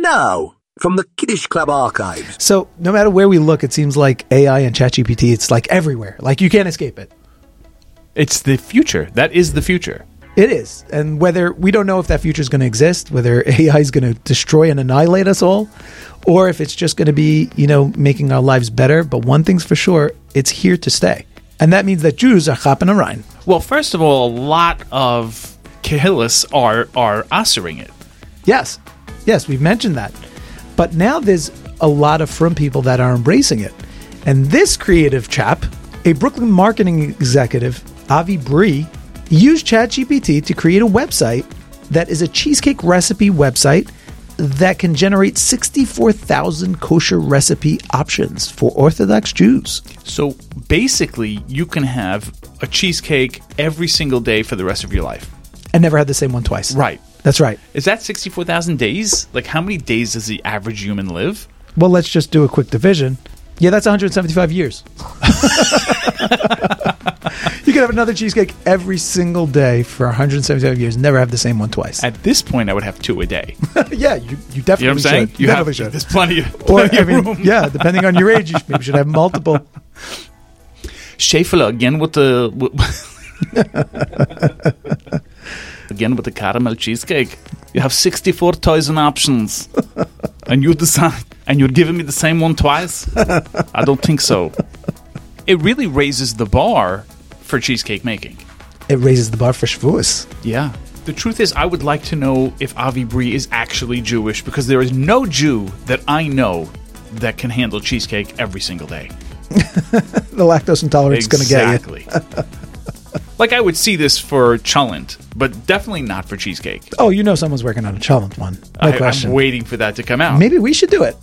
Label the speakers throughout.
Speaker 1: No, from the Kiddish Club archives.
Speaker 2: So no matter where we look, it seems like AI and ChatGPT. It's like everywhere. Like you can't escape it.
Speaker 3: It's the future. That is the future.
Speaker 2: It is, and whether we don't know if that future is going to exist, whether AI is going to destroy and annihilate us all, or if it's just going to be you know making our lives better. But one thing's for sure, it's here to stay, and that means that Jews are hopping around.
Speaker 3: Well, first of all, a lot of Kehillas are are answering it.
Speaker 2: Yes, yes, we've mentioned that, but now there's a lot of from people that are embracing it, and this creative chap, a Brooklyn marketing executive, Avi Bree, used ChatGPT to create a website that is a cheesecake recipe website that can generate 64,000 kosher recipe options for Orthodox Jews.
Speaker 3: So basically, you can have a cheesecake every single day for the rest of your life.
Speaker 2: I never had the same one twice.
Speaker 3: Right.
Speaker 2: That's right.
Speaker 3: Is that 64,000 days? Like, how many days does the average human live?
Speaker 2: Well, let's just do a quick division. Yeah, that's 175 years. you could have another cheesecake every single day for 175 years, never have the same one twice.
Speaker 3: At this point, I would have two a day.
Speaker 2: yeah, you, you
Speaker 3: You know
Speaker 2: definitely
Speaker 3: what I'm saying?
Speaker 2: should.
Speaker 3: You
Speaker 2: definitely
Speaker 3: have,
Speaker 2: should.
Speaker 3: There's plenty of,
Speaker 2: Or,
Speaker 3: plenty
Speaker 2: I
Speaker 3: of
Speaker 2: mean,
Speaker 3: room.
Speaker 2: yeah, depending on your age, you maybe should have multiple.
Speaker 3: Schaeffler again with the. wi- again with the caramel cheesecake. You have 64,000 options. And you decide. And you're giving me the same one twice? I don't think so. It really raises the bar for cheesecake making.
Speaker 2: It raises the bar for Shavuos.
Speaker 3: Yeah. The truth is, I would like to know if Avi Bree is actually Jewish because there is no Jew that I know that can handle cheesecake every single day.
Speaker 2: The lactose intolerance is going to get you.
Speaker 3: exactly. like I would see this for cholent, but definitely not for cheesecake.
Speaker 2: Oh, you know someone's working on a challenge one. No
Speaker 3: I,
Speaker 2: question.
Speaker 3: am waiting for that to come out.
Speaker 2: Maybe we should do it.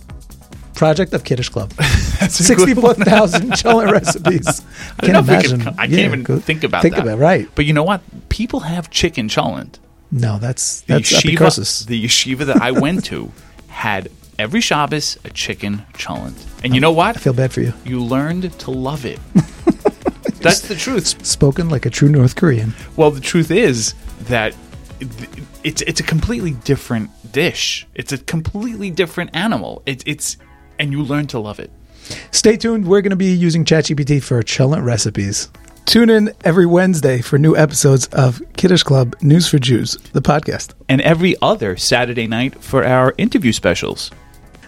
Speaker 2: Project of Kiddish Club.
Speaker 3: That's a good one.
Speaker 2: 64,000 challenge recipes.
Speaker 3: I don't know if we can- I
Speaker 2: Yeah,
Speaker 3: can't even
Speaker 2: go-
Speaker 3: think about
Speaker 2: think
Speaker 3: that.
Speaker 2: about right.
Speaker 3: But you know what? People have chicken cholent.
Speaker 2: No, that's
Speaker 3: The
Speaker 2: that's
Speaker 3: yeshiva,
Speaker 2: epicursis.
Speaker 3: the yeshiva that I went to had every Shabbos a chicken cholent. And you know what?
Speaker 2: I feel bad for you.
Speaker 3: you learned to love it. That's the truth.
Speaker 2: Spoken like a true North Korean.
Speaker 3: Well, the truth is that it- it's it's a completely different dish. It's a completely different animal. It, it's and you learn to love it.
Speaker 2: Stay tuned. We're going to be using ChatGPT for chillin' recipes. Tune in every Wednesday for new episodes of Kiddish Club News for Jews, the podcast.
Speaker 3: And every other Saturday night for our interview specials.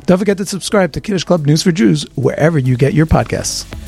Speaker 2: Don't forget to subscribe to Kiddish Club News for Jews wherever you get your podcasts.